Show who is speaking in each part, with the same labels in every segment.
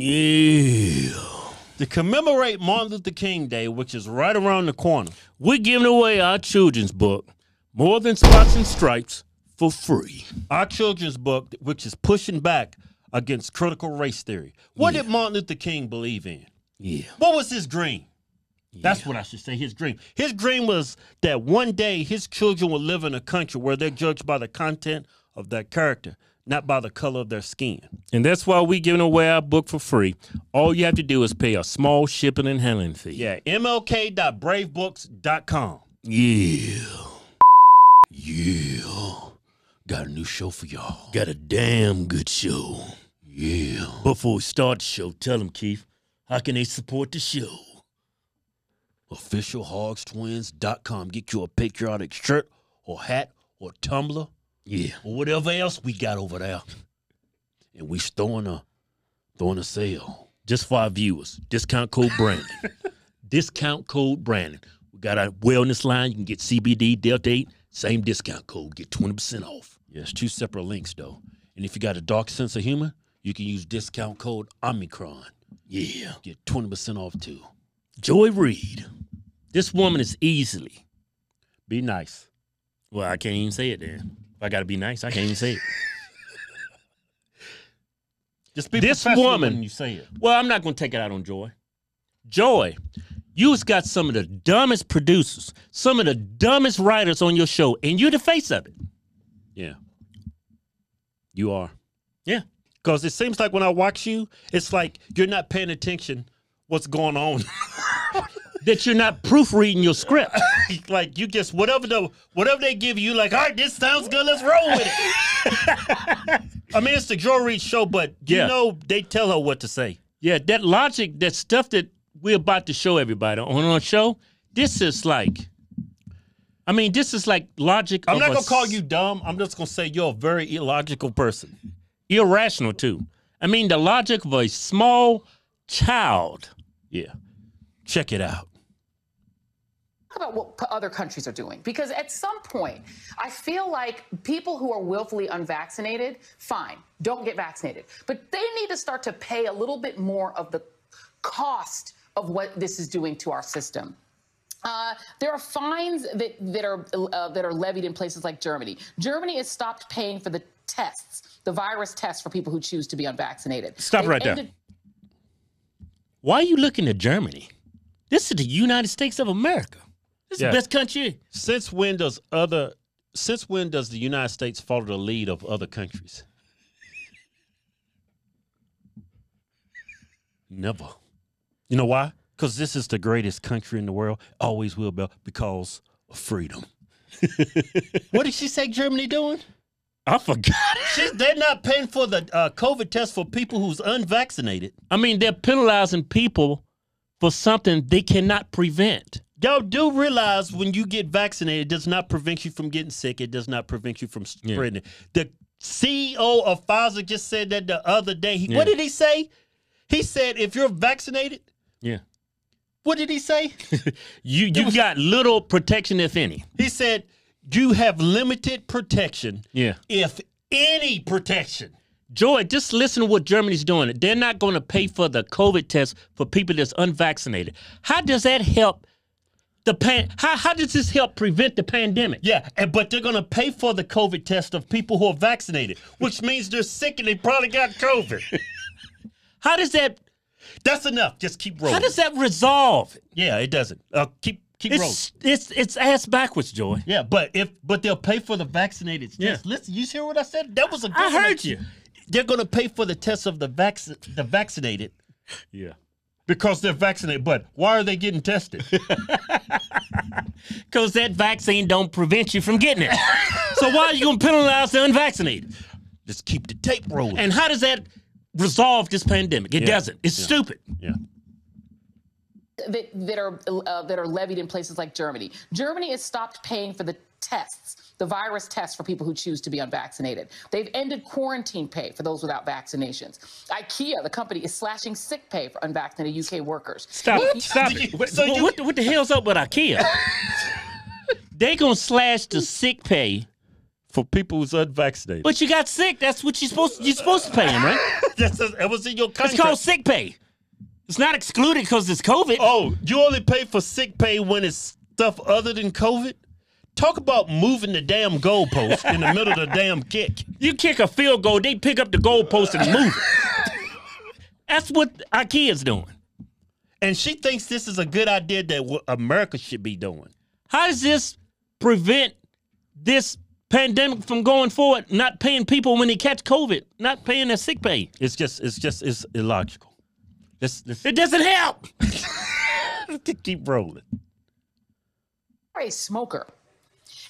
Speaker 1: Yeah.
Speaker 2: to commemorate Martin Luther King Day, which is right around the corner.
Speaker 1: We're giving away our children's book, More Than Spots and Stripes, for free.
Speaker 2: Our children's book, which is pushing back against critical race theory. What did Martin Luther King believe in?
Speaker 1: Yeah.
Speaker 2: What was his dream? That's what I should say. His dream. His dream was that one day his children would live in a country where they're judged by the content of their character, not by the color of their skin.
Speaker 1: And that's why we're giving away our book for free. All you have to do is pay a small shipping and handling fee.
Speaker 2: Yeah, mlk.bravebooks.com.
Speaker 1: Yeah. Yeah. Got a new show for y'all. Got a damn good show. Yeah. Before we start the show, tell them, Keith, how can they support the show?
Speaker 2: OfficialHogsTwins.com. Get you a patriotic shirt or hat or tumbler
Speaker 1: Yeah.
Speaker 2: or whatever else we got over there. And we throwing a throwing a sale.
Speaker 1: Just for our viewers. Discount code Brandon. discount code Brandon. We got our wellness line. You can get CBD Delta 8. Same discount code. Get 20% off.
Speaker 2: Yes, two separate links though. And if you got a dark sense of humor, you can use discount code Omicron.
Speaker 1: Yeah.
Speaker 2: Get 20% off too.
Speaker 1: Joy Reid. This woman is easily
Speaker 2: Be nice.
Speaker 1: Well, I can't even say it then. If I gotta be nice, I can't even say it.
Speaker 2: Just be
Speaker 1: This
Speaker 2: professional
Speaker 1: woman-
Speaker 2: when you say it.
Speaker 1: well, I'm not gonna take it out on Joy. Joy, you've got some of the dumbest producers, some of the dumbest writers on your show, and you're the face of it.
Speaker 2: Yeah. You are.
Speaker 1: Yeah.
Speaker 2: Because it seems like when I watch you, it's like you're not paying attention what's going on.
Speaker 1: That you're not proofreading your script.
Speaker 2: like you just whatever the whatever they give you, like, all right, this sounds good, let's roll with it. I mean, it's the Joe Reed show, but you
Speaker 1: Yeah.
Speaker 2: know they tell her what to say.
Speaker 1: yeah, that logic, that stuff that we're about to show everybody on our show, this is like I mean, this is like logic.
Speaker 2: I'm
Speaker 1: of
Speaker 2: not
Speaker 1: a
Speaker 2: gonna call you dumb. I'm just gonna say you're a very illogical person.
Speaker 1: irrational too. I mean, the logic of a small child.
Speaker 2: Yeah. Check it out.
Speaker 3: about what p- other countries are doing because at some point i feel like people who are willfully unvaccinated fine don't get vaccinated but they need to start to pay a little bit more of the cost of what this is doing to our system uh, there are fines that, that are uh, that are levied in places like Germany. Germany has stopped paying for the tests, the virus tests for people who choose to be unvaccinated.
Speaker 1: Stop
Speaker 3: They've
Speaker 1: right there.
Speaker 3: ended-
Speaker 1: Why are you looking to Germany? This is the United States of America. This
Speaker 2: Yeah.
Speaker 1: is the best country.
Speaker 2: Since when does other since when does the United States follow the lead of other countries? Never. You know why? Because this is the greatest country in the world. Always will be because of freedom. what did she say Germany doing?
Speaker 1: I forgot.
Speaker 2: She, they're not paying for the uh, COVID test for people who's unvaccinated.
Speaker 1: I mean, they're penalizing people for something they cannot prevent.
Speaker 2: Y'all do realize when you get vaccinated, it does not prevent you from getting sick. It does not prevent you from spreading it. The CEO of Pfizer just said that the other day. He, What
Speaker 1: Yeah.
Speaker 2: did he say? He said, if you're vaccinated,
Speaker 1: Yeah.
Speaker 2: what did he say?
Speaker 1: You you got little protection, if any.
Speaker 2: he said, you have limited protection,
Speaker 1: Yeah.
Speaker 2: if any protection.
Speaker 1: Joy, just listen to what Germany's doing. They're not going to pay for the COVID test for people that's unvaccinated. How does that help the pan? How, how does this help prevent the pandemic?
Speaker 2: Yeah, and, but they're going to pay for the COVID test of people who are vaccinated, which means they're sick and they probably got COVID.
Speaker 1: How does that?
Speaker 2: That's enough. Just keep rolling.
Speaker 1: How does that resolve? it?
Speaker 2: yeah, it doesn't. Uh, keep keep rolling.
Speaker 1: It's it's it's ass backwards, Joy.
Speaker 2: Yeah, but if but they'll pay for the vaccinated test.
Speaker 1: Yeah.
Speaker 2: Listen, you hear what I said? That was a
Speaker 1: I
Speaker 2: government-
Speaker 1: heard you.
Speaker 2: They're going to pay for the test of the vac- the vaccinated
Speaker 1: Yeah,
Speaker 2: because they're vaccinated. But why are they getting tested?
Speaker 1: because that vaccine don't prevent you from getting it. so why are you gonna penalize the unvaccinated?
Speaker 2: Just keep the tape rolling.
Speaker 1: And how does that resolve this pandemic? It
Speaker 2: Yeah.
Speaker 1: doesn't. It's stupid.
Speaker 2: yeah.
Speaker 3: that, that are uh, that are levied in places like Germany. Germany has stopped paying for the tests, the virus tests for people who choose to be unvaccinated. They've ended quarantine pay for those without vaccinations. IKEA, the company, is slashing sick pay for unvaccinated UK workers.
Speaker 1: Stop
Speaker 3: What?
Speaker 1: it. Stop it. What,
Speaker 2: So you-
Speaker 1: what, the- what the hell's up with IKEA? they gonna slash the sick pay
Speaker 2: for people who's unvaccinated.
Speaker 1: But you got sick. That's what you're supposed you're supposed to pay him, right?
Speaker 2: That's that was in your
Speaker 1: It's
Speaker 2: contract.
Speaker 1: called sick pay. It's not excluded because it's COVID.
Speaker 2: oh, you only pay for sick pay when it's stuff other than COVID. Talk about moving the damn goalpost in the middle of the damn kick.
Speaker 1: You kick a field goal, they pick up the goalpost and move it. That's what our kids doing.
Speaker 2: And she thinks this is a good idea that what America should be doing.
Speaker 1: How does this prevent this pandemic from going forward? Not paying people when they catch COVID, not paying their sick pay.
Speaker 2: It's just, it's just, it's illogical. Let's, let's
Speaker 1: It doesn't help.
Speaker 2: keep rolling.
Speaker 3: are a smoker,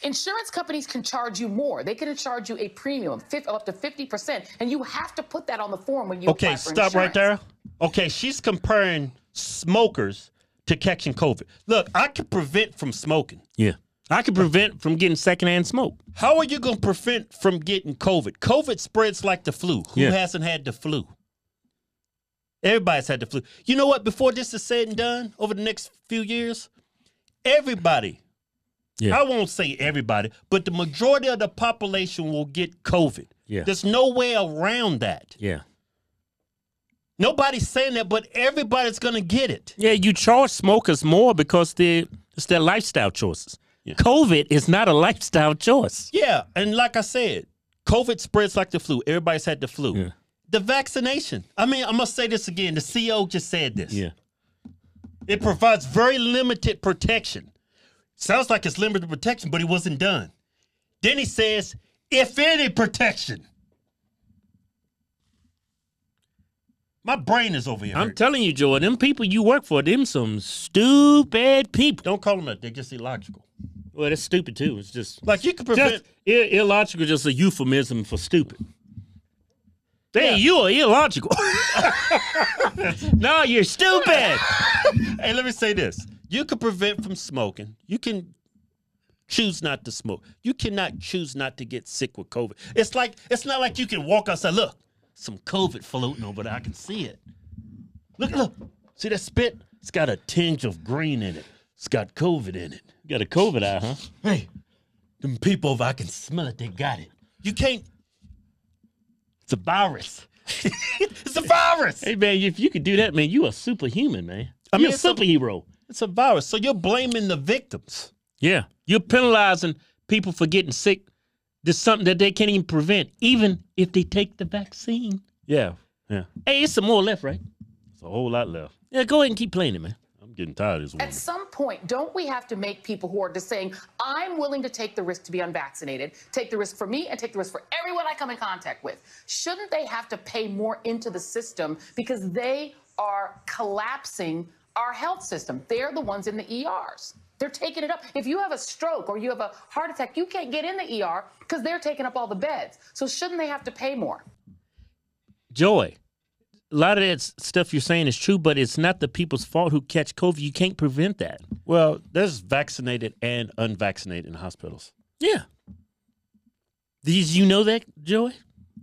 Speaker 3: insurance companies can charge you more. They can charge you a premium, fif- up to 50%, and you have to put that on the form when you
Speaker 2: Okay,
Speaker 3: apply for
Speaker 2: stop right
Speaker 3: insurance.
Speaker 2: there. Okay, she's comparing smokers to catching COVID. Look, I can prevent from smoking.
Speaker 1: Yeah. I could prevent from getting secondhand smoke.
Speaker 2: How are you going to prevent from getting COVID? COVID spreads like the flu. Who
Speaker 1: Yeah.
Speaker 2: hasn't had the flu? Everybody's had the flu. You know what? Before this is said and done, over the next few years, everybody,
Speaker 1: Yeah.
Speaker 2: I won't say everybody, but the majority of the population will get COVID.
Speaker 1: Yeah.
Speaker 2: There's no way around that.
Speaker 1: Yeah.
Speaker 2: Nobody's saying that, but everybody's going to get it.
Speaker 1: Yeah, you charge smokers more because they it's their lifestyle choices. COVID is not a lifestyle choice.
Speaker 2: Yeah, and like I said, COVID spreads like the flu. Everybody's had the flu.
Speaker 1: Yeah.
Speaker 2: The vaccination. I mean, I'm gonna say this again. The CEO just said this. It provides very limited protection. Sounds like it's limited protection, but it wasn't done. Then he says, if any protection. My brain is over here.
Speaker 1: I'm
Speaker 2: hurt.
Speaker 1: telling you, Joy, them people you work for, them some stupid people.
Speaker 2: Don't call them that. They're just illogical.
Speaker 1: Well, that's stupid too. It's just
Speaker 2: Like you could
Speaker 1: just
Speaker 2: prevent.
Speaker 1: i- illogical, just a euphemism for stupid. Hey,
Speaker 2: Yeah.
Speaker 1: you are illogical. no, you're stupid.
Speaker 2: Hey, let me say this. You can prevent from smoking. You can choose not to smoke. You cannot choose not to get sick with COVID. It's like it's not like you can walk outside. Look, some COVID floating over there. I can see it. Look, look. See that spit? It's got a tinge of green in it. It's got COVID in it.
Speaker 1: Got a COVID eye, huh?
Speaker 2: Hey, them people over, I can smell it. They got it. You can't. It's a virus. it's a virus.
Speaker 1: Hey man, if you could do that, man, you a superhuman, man. I mean,
Speaker 2: mean,
Speaker 1: you're a
Speaker 2: it's a-
Speaker 1: superhero.
Speaker 2: It's a virus. So you're blaming the victims.
Speaker 1: Yeah. You're penalizing people for getting sick. There's something that they can't even prevent, even if they take the vaccine.
Speaker 2: Yeah. Yeah.
Speaker 1: Hey, it's some more left, right?
Speaker 2: It's a whole lot left.
Speaker 1: Yeah, go ahead and keep playing it, man.
Speaker 2: I'm getting tired of this woman.
Speaker 3: At some point, don't we have to make people who are just saying, I'm willing to take the risk to be unvaccinated, take the risk for me and take the risk for everyone I come in contact with? Shouldn't they have to pay more into the system because they are collapsing our health system? They're the ones in the ERs. They're taking it up. If you have a stroke or you have a heart attack, you can't get in the ER because they're taking up all the beds. So shouldn't they have to pay more?
Speaker 1: Joy. A lot of that s- stuff you're saying is true, but it's not the people's fault who catch COVID. You can't prevent that.
Speaker 2: Well, there's vaccinated and unvaccinated in hospitals.
Speaker 1: Yeah. These you know that, Joy?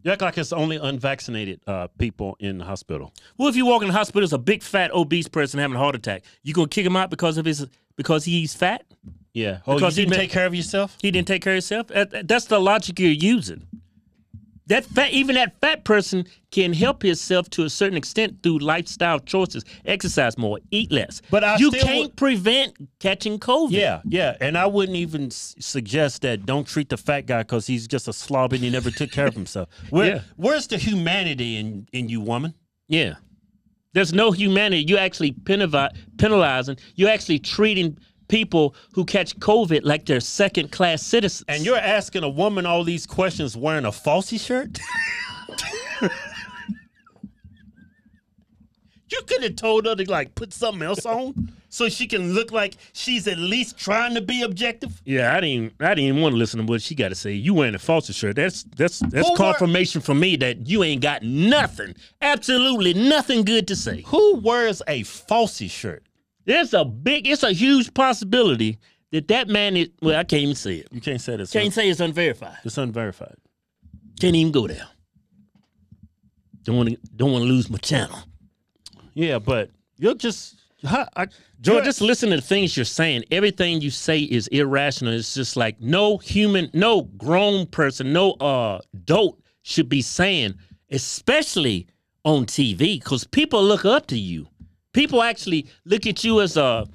Speaker 2: You act like it's only unvaccinated uh, people in the hospital.
Speaker 1: Well, if you walk in the hospital, it's a big fat obese person having a heart attack. You gonna kick him out because of his because he's fat?
Speaker 2: Yeah. Oh,
Speaker 1: Because he
Speaker 2: you didn't
Speaker 1: ma-
Speaker 2: take care of yourself?
Speaker 1: He didn't take care of himself. That- that- That's the logic you're using. That fat, even that fat person can help himself to a certain extent through lifestyle choices, exercise more, eat less.
Speaker 2: But I
Speaker 1: you
Speaker 2: still
Speaker 1: can't
Speaker 2: would-
Speaker 1: prevent catching COVID.
Speaker 2: Yeah, yeah. And I wouldn't even s- suggest that don't treat the fat guy because he's just a slob and he never took care of himself. Where,
Speaker 1: Yeah.
Speaker 2: Where's the humanity in, in you, woman?
Speaker 1: yeah. There's no humanity. You're actually penalizi- penalizing. You're actually treating people who catch COVID like they're second class citizens.
Speaker 2: And you're asking a woman all these questions wearing a falsy shirt? you could have told her to like put something else on so she can look like she's at least trying to be objective.
Speaker 1: yeah, I didn't. I didn't want to listen to what she got to say. You wearing a false shirt. That's that's that's
Speaker 2: Who wore-
Speaker 1: confirmation for me that you ain't got nothing, absolutely nothing good to say.
Speaker 2: Who wears a falsy shirt?
Speaker 1: There's a big, it's a huge possibility that that man is. Well, I can't even say it.
Speaker 2: You can't say this.
Speaker 1: Can't say it's unverified.
Speaker 2: It's unverified.
Speaker 1: Can't even go there. Don't want to. Don't want to lose my channel.
Speaker 2: Yeah, but you're just Huh, I-
Speaker 1: Joy,
Speaker 2: you're-
Speaker 1: just listen to the things you're saying. Everything you say is irrational. It's just like no human, no grown person, no uh adult should be saying, especially on TV, because people look up to you. People actually look at you as a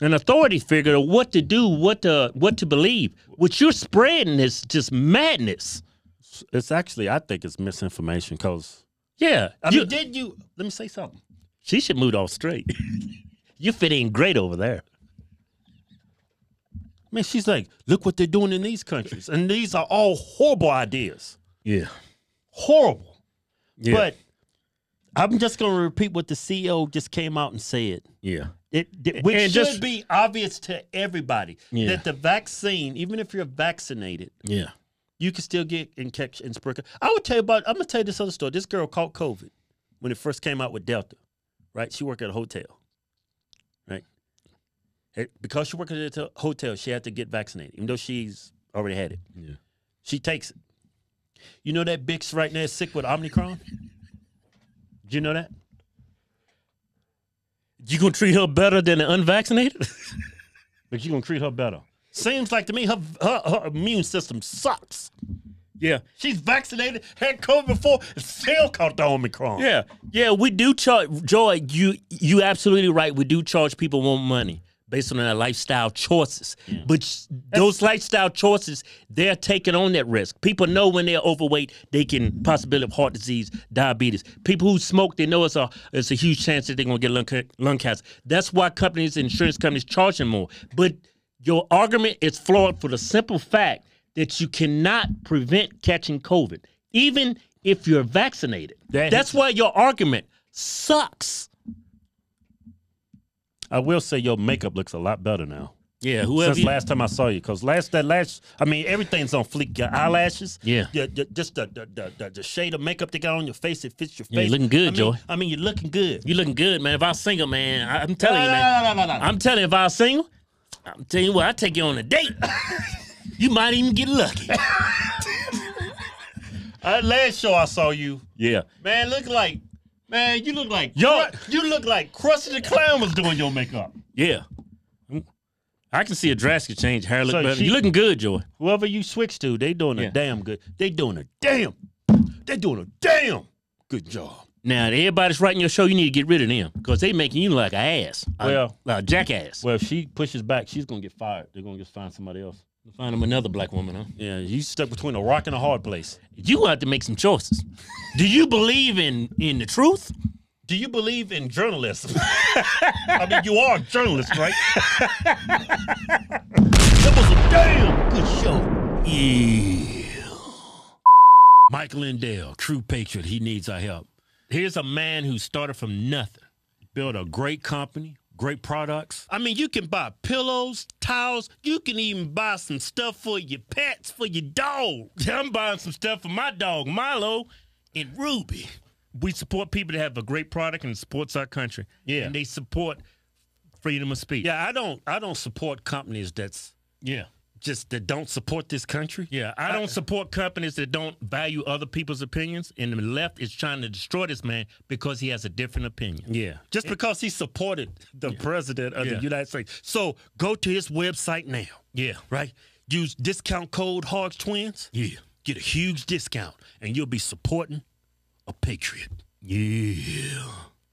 Speaker 1: an authority figure of what to do, what to what to believe. What you're spreading is just madness.
Speaker 2: it's actually I think it's misinformation because
Speaker 1: Yeah.
Speaker 2: I
Speaker 1: you-
Speaker 2: mean, did you? Let me say something.
Speaker 1: she should move off straight. you fit in great over there.
Speaker 2: Man, she's like, look what they're doing in these countries, and these are all horrible ideas,
Speaker 1: Yeah.
Speaker 2: horrible.
Speaker 1: Yeah.
Speaker 2: But I'm just gonna repeat what the CEO just came out and said.
Speaker 1: yeah.
Speaker 2: It, th- which
Speaker 1: and
Speaker 2: should
Speaker 1: just-
Speaker 2: be obvious to everybody
Speaker 1: Yeah.
Speaker 2: that the vaccine, even if you're vaccinated,
Speaker 1: Yeah.
Speaker 2: you can still get and catch and sprinkle. I would tell you about. I'm gonna tell you this other story. This girl caught COVID when it first came out with Delta, right? She worked at a hotel, right? And because she worked at a tel- hotel, she had to get vaccinated, even though she's already had it.
Speaker 1: Yeah.
Speaker 2: She takes it. You know that Bix right now is sick with Omicron. Do you know that?
Speaker 1: You gonna treat her better than the unvaccinated?
Speaker 2: But you gonna treat her better. Seems like to me her her, her immune system sucks.
Speaker 1: yeah,
Speaker 2: She's vaccinated, had COVID before, and still caught the Omicron.
Speaker 1: yeah, yeah. We do charge Joy. You you absolutely right. We do charge people more money based on their lifestyle choices. But sh- those lifestyle choices, they're taking on that risk. People know when they're overweight, they can possibility of heart disease, diabetes. People who smoke, they know it's a it's a huge chance that they're gonna get lung, ca- lung cancer. That's why companies, insurance companies, charge them more. But your argument is flawed for the simple fact that you cannot prevent catching COVID, even if you're vaccinated.
Speaker 2: That-
Speaker 1: That's why your argument sucks.
Speaker 2: I will say your makeup looks a lot better now.
Speaker 1: Yeah, whoever.
Speaker 2: Since
Speaker 1: you-
Speaker 2: last time I saw you, because last that lash, I mean everything's on fleek. Your eyelashes,
Speaker 1: Yeah.
Speaker 2: your, your- just the the, the the the shade of makeup they got on your face, it fits your face.
Speaker 1: Yeah, you're looking good,
Speaker 2: I mean,
Speaker 1: Joy.
Speaker 2: I mean, you're looking good.
Speaker 1: you looking good, man. If I was single, man, I, I'm telling
Speaker 2: No,
Speaker 1: you,
Speaker 2: no,
Speaker 1: man.
Speaker 2: no, no, no, no, no.
Speaker 1: I'm telling you, if I was single, I'm telling you what, I take you on a date. you might even get lucky.
Speaker 2: Uh, last show I saw you,
Speaker 1: Yeah.
Speaker 2: man, look like, man, you look like
Speaker 1: Yo.
Speaker 2: Cru- you look like Krusty the Clown was doing your makeup.
Speaker 1: Yeah. I can see a drastic change. Hair look
Speaker 2: So
Speaker 1: better.
Speaker 2: she-
Speaker 1: you looking good, Joy.
Speaker 2: Whoever you switch to, they doing
Speaker 1: Yeah.
Speaker 2: a damn good. They doing a damn. They doing a damn good job.
Speaker 1: Now, if everybody's writing your show, you need to get rid of them because they making you like an ass. A-
Speaker 2: Well-
Speaker 1: a jackass.
Speaker 2: Well, if she pushes back, she's gonna get fired. They're gonna just find somebody else.
Speaker 1: Find him another black woman, huh?
Speaker 2: Yeah, you stuck between a rock and a hard place.
Speaker 1: You gonna have to make some choices. Do you believe in in the truth?
Speaker 2: Do you believe in journalism? I mean, you are a journalist, right? that was a damn good show. Yeah.
Speaker 1: Michael Lindell, true patriot, he needs our help. Here's a man who started from nothing, built a great company, great products.
Speaker 2: I mean, you can buy pillows, towels. You can even buy some stuff for your pets, for your dog.
Speaker 1: I'm buying some stuff for my dog Milo and Ruby. We support people that have a great product and supports our country.
Speaker 2: Yeah.
Speaker 1: and they support freedom of speech.
Speaker 2: Yeah, I don't. I don't support companies that's
Speaker 1: yeah.
Speaker 2: just that don't support this country.
Speaker 1: Yeah, I don't support companies that don't value other people's opinions, and the left is trying to destroy this man because he has a different opinion.
Speaker 2: Yeah. Just because he supported the president of
Speaker 1: Yeah.
Speaker 2: the United States. So go to his website now,
Speaker 1: Yeah,
Speaker 2: right? Use discount code Hogs Twins.
Speaker 1: yeah,
Speaker 2: Get a huge discount, and you'll be supporting a patriot.
Speaker 1: yeah.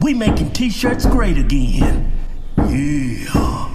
Speaker 4: We making t-shirts great again. Yeah.